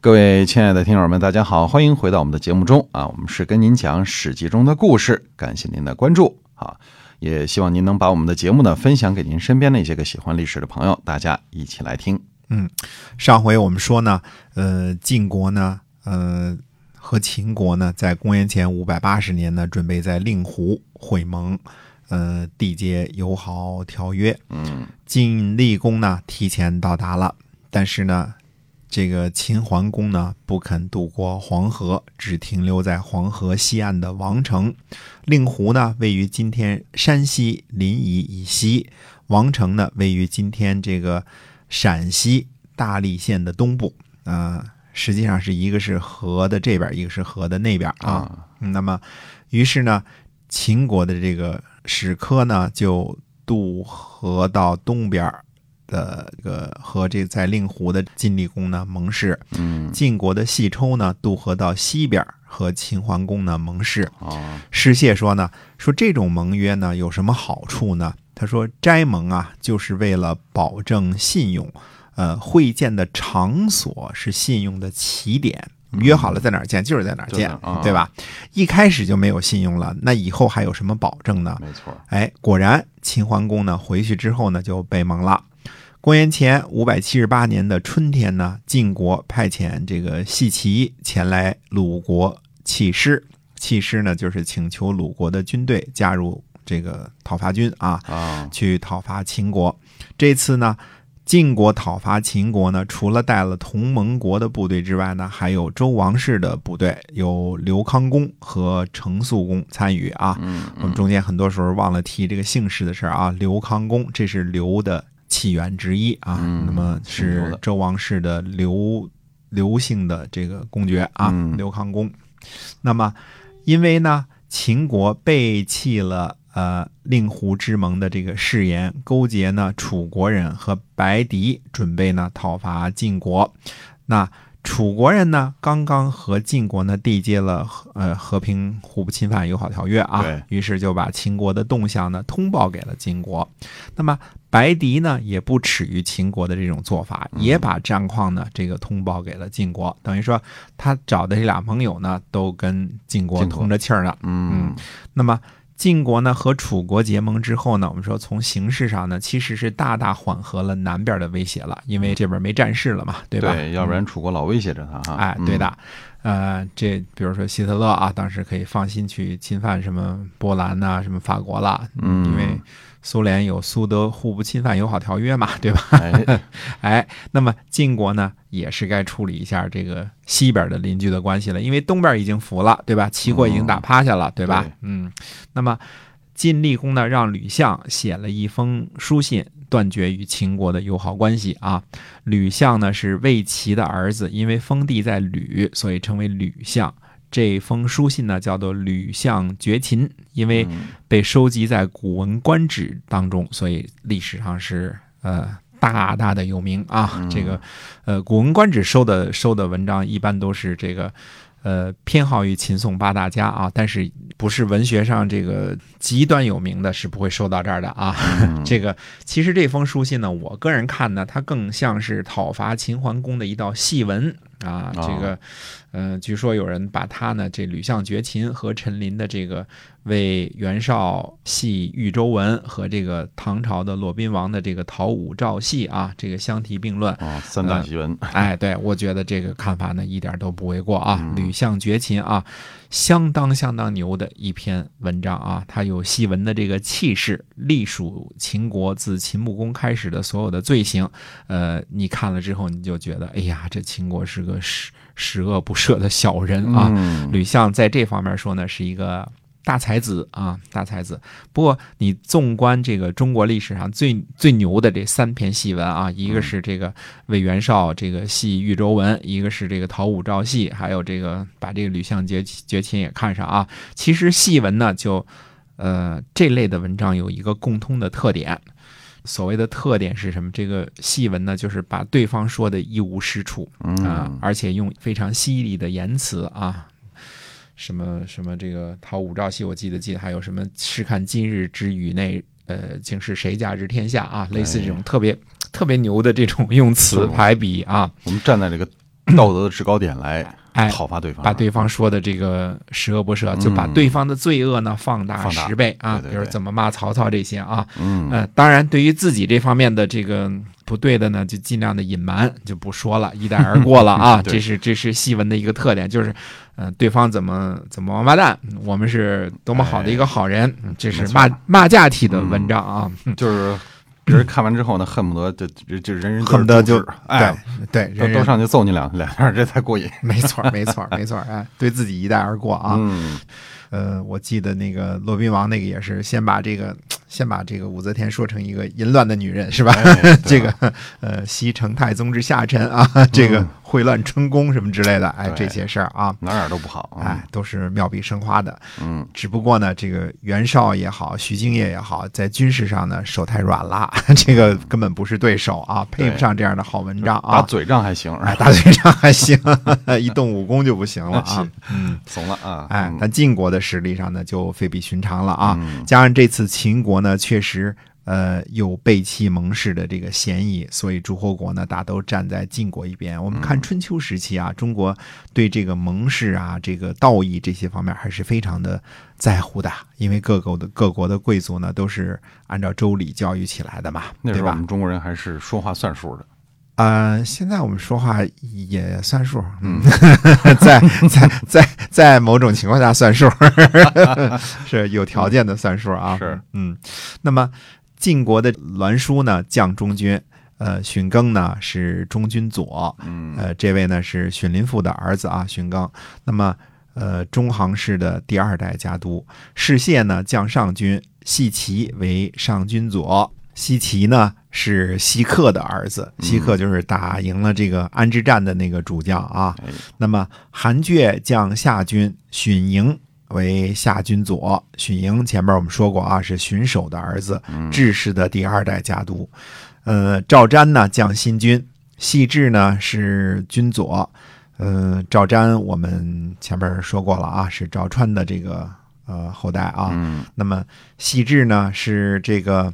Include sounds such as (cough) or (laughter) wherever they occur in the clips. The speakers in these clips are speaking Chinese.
各位亲爱的听友们，大家好，欢迎回到我们的节目中啊！我们是跟您讲《史记》中的故事，感谢您的关注啊！也希望您能把我们的节目呢分享给您身边的一些个喜欢历史的朋友，大家一起来听。嗯，上回我们说呢，呃，晋国呢，呃，和秦国呢，在公元前五百八十年呢，准备在令狐会盟，呃，缔结友好条约。嗯，晋厉公呢，提前到达了，但是呢，这个秦桓公呢，不肯渡过黄河，只停留在黄河西岸的王城。令狐呢，位于今天山西临沂以西；王城呢，位于今天这个陕西大荔县的东部。啊、实际上是一个是河的这边，一个是河的那边啊。啊，嗯那么，于是呢，秦国的这个史科呢，就渡河到东边儿的这个和这在令狐的晋厉公呢盟誓，嗯，晋国的细抽呢渡河到西边儿和秦桓公呢盟誓。哦，师谢说呢，说这种盟约呢有什么好处呢？他说斋盟啊，就是为了保证信用，呃，会见的场所是信用的起点。我们约好了在哪儿见，就是在哪儿见就在哪儿啊，对吧？一开始就没有信用了，那以后还有什么保证呢？没错，哎，果然秦桓公呢回去之后呢就被盟了。公元前五百七十八年的春天呢，晋国派遣这个细齐前来鲁国弃师，弃师呢就是请求鲁国的军队加入这个讨伐军啊，啊，去讨伐秦国。这次呢，晋国讨伐秦国呢，除了带了同盟国的部队之外呢，还有周王室的部队，有刘康公和程肃公参与啊。嗯我们中间很多时候忘了提这个姓氏的事儿啊。刘康公，这是刘的起源之一啊。嗯那么姓刘是的周王室的刘刘姓的这个公爵啊，嗯刘康公。那么，因为呢，秦国背弃了。呃，令狐之盟的这个誓言，勾结呢楚国人和白狄，准备呢讨伐晋国。那楚国人呢，刚刚和晋国呢缔结了和呃和平互不侵犯友好条约啊对，于是就把秦国的动向呢通报给了晋国。那么白狄呢也不耻于秦国的这种做法，嗯也把战况呢这个通报给了晋国，等于说他找的这俩盟友呢都跟晋国晋国通着气儿呢。嗯，那么晋国呢和楚国结盟之后呢，我们说从形势上呢，其实是大大缓和了南边的威胁了，因为这边没战事了嘛，对吧？对，嗯要不然楚国老威胁着他哈。哎，对的，呃，这比如说希特勒啊，当时可以放心去侵犯什么波兰呐、什么法国啦，嗯，嗯，因为苏联有苏德互不侵犯友好条约嘛，对吧？哎，哎，那么晋国呢，也是该处理一下这个西边的邻居的关系了，因为东边已经服了，对吧？齐国已经打趴下了，对吧对？嗯，那么晋厉公呢，让吕相写了一封书信，断绝与秦国的友好关系啊。吕相呢是魏齐的儿子，因为封地在吕，所以称为吕相。这封书信呢，叫做《吕相绝秦》，因为嗯被收集在《古文观止》当中，所以历史上是呃大大的有名啊。这个呃，《古文观止》收的收的文章一般都是这个呃偏好于秦宋八大家啊，但是不是文学上这个极端有名的是不会收到这儿的啊。 (laughs) 这个其实这封书信呢，我个人看呢，它更像是讨伐秦桓公的一道戏文。啊，这哦个，呃，据说有人把他呢，这吕相绝秦和陈琳的这个为袁绍戏豫州文和这个唐朝的骆宾王的这个陶武照戏啊，这个相提 (laughs) 并论。哦，三大奇闻，哎，对，我觉得这个看法呢一点都不为过啊。吕相绝秦啊，相当相当牛的一篇文章啊，它有戏文的这个气势，隶属秦国自秦穆公开始的所有的罪行。呃，你看了之后你就觉得，哎呀，这秦国是个十十恶不赦的小人啊。嗯吕相在这方面说呢，是一个大才子啊，大才子。不过你纵观这个中国历史上最最牛的这三篇戏文啊，一个是这个魏元绍这个戏豫州文，一个是这个陶武照戏，还有这个把这个吕相绝绝秦也看上啊。其实戏文呢，就呃这类的文章有一个共通的特点。所谓的特点是什么？这个戏文呢，就是把对方说的一无是处，啊，嗯，而且用非常犀利的言辞啊，什么什么这个讨武曌戏，我记得记得还有什么试看今日之宇内，呃，竟是谁家之哎天下啊，类似这种特别、特别牛的这种用词嗯排比啊，我们站在这个道德的制高点来哎，讨伐对方，把对方说的这个十恶不赦，就把对方的罪恶呢放大嗯放大十倍啊，对对比如对怎么骂曹操这些啊，嗯。呃，当然对于自己这方面的这个不对的呢，就尽量的隐瞒，就不说 (laughs) 了，一带而过了啊对这是这是戏文的一个特点，就是，嗯、对方怎么怎么王八蛋，我们是多么好的一个好人，嗯这是没错骂骂架体的文章啊。就是别人看完之后呢，恨不得就就就人人恨不得就就是猪吃哎，对，都人都人上去揍你两两下，这才过瘾。没错儿，没错儿，没错儿，哎，对自己一带而过啊。嗯，呃，我记得那个骆宾王那个也是先把这个先把这个武则天说成一个淫乱的女人是吧？哎 (laughs) 这对啊嗯个呃，西承太宗之下臣啊，这个秽乱春宫什么之类的，哎，对这些事儿啊。哪儿哪儿都不好。嗯哎，都是妙笔生花的。嗯，只不过呢，这个袁绍也好，徐敬业也好，在军事上呢手太软了， (laughs) 这个根本不是对手啊，配不嗯对上这样的好文章打啊。嘴仗还行，哎，打嘴仗还行， (laughs) 一动武功就不 (laughs) 行了啊是。嗯，怂了啊！哎嗯，但晋国的实力上呢就非比寻常了啊。嗯加上这次秦国呢确实呃有背弃盟誓的这个嫌疑，所以诸侯国呢大都站在晋国一边。我嗯们看春秋时期啊，中国对这个盟誓啊、这个道义这些方面还是非常的在乎的，因为各国的各国的贵族呢都是按照周礼教育起来的嘛，那对时候我吧？们中国人还是说话算数的，呃，现在我们说话也算数，嗯， (laughs) 在在在在某种情况下算数， (laughs) 是有条件的算数啊。是，嗯，那么晋国的栾书呢，将中军。呃，荀庚呢是中军左，嗯，呃，这位呢是荀林父的儿子啊，荀庚。那么，呃，中行氏的第二代家督，士燮呢将上军，西齐为上军左。西齐呢是西克的儿子，西克就是打赢了这个安之战的那个主将啊。哎那么韩厥将夏军荀盈为夏军左，荀盈前面我们说过啊，是荀守的儿子，智氏的第二代家督。呃，赵瞻呢将新军，细致呢是军左。呃，赵瞻我们前面说过了啊，是赵川的这个呃后代啊。嗯，那么细致呢是这个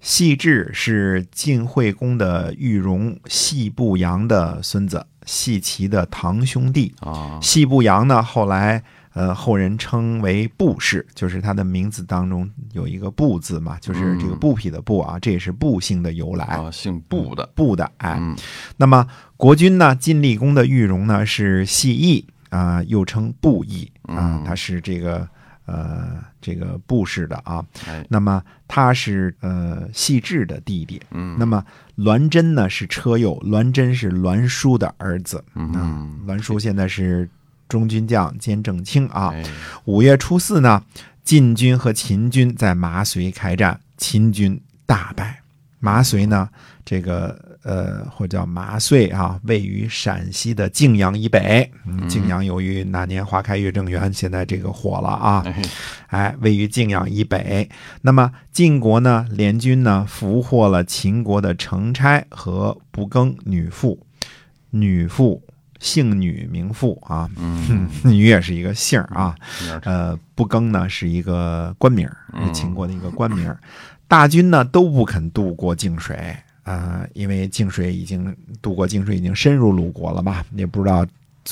细致是晋惠公的玉荣细步阳的孙子，细齐的堂兄弟。啊，细步阳呢，后来呃后人称为步氏，就是他的名字当中有一个步字嘛，就是这个嗯布匹的布啊，这也是步姓的由来。啊，姓布的，布的哎，嗯那么国君呢，晋厉公的玉容呢是细义啊、又称布义啊嗯，他是这个呃这个布氏的啊。哎，那么他是呃细致的弟弟。嗯，那么栾真呢是车右，栾真是栾书的儿子。啊嗯，栾书现在是中军将兼正卿啊。哎，五月初四呢，晋军和秦军在麻遂开战，秦军大败。麻遂呢，这个呃，或者叫麻遂啊，位于陕西的泾阳以北。嗯，泾阳由于那年花开月正圆，现在这个火了啊。哎，哎，位于晋阳以北。那么晋国呢，联军呢俘获了秦国的成差和不更女妇，女妇姓女名妇啊，嗯， (laughs) 女也是一个姓儿啊。有点儿呃，不更呢是一个官名儿，嗯是秦国的一个官名儿。大军呢都不肯渡过泾水啊、呃因为泾水已经渡过泾水已经深入鲁国了嘛，也不知道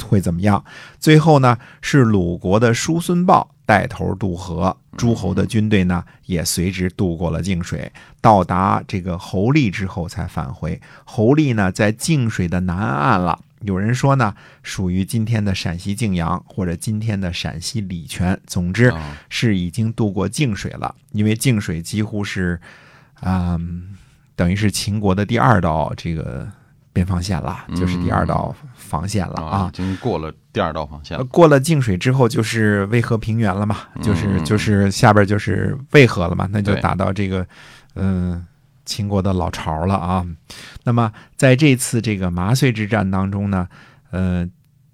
会怎么样。最后呢是鲁国的叔孙豹带头渡河，诸侯的军队呢也随之渡过了泾水，到达这个侯利之后才返回。侯利呢在泾水的南岸了。有人说呢，属于今天的陕西泾阳或者今天的陕西礼泉。总之啊是已经渡过泾水了，因为泾水几乎是，嗯，等于是秦国的第二道这个边防线了，就是第二道防线了啊，啊已。经过了第二道防线呃了，过了泾水之后，就是渭河平原了嘛，就是嗯就是下边就是渭河了嘛，那就对打到这个，嗯、秦国的老巢了啊。那么在这次这个麻遂之战当中呢，呃，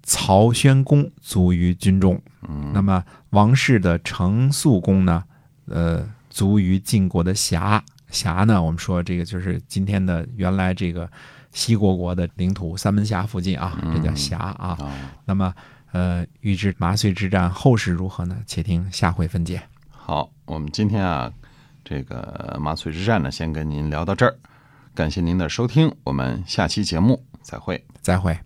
曹宣公卒于军中，嗯，那么王室的程肃公呢，呃，卒于晋国的峡。峡呢，我们说这个就是今天的原来这个西国国的领土三门峡附近啊，嗯这叫峡啊。啊，那么，呃，预知麻遂之战后事如何呢？且听下回分解。好，我们今天啊，这个麻醉之战呢，先跟您聊到这儿，感谢您的收听，我们下期节目再会。再会。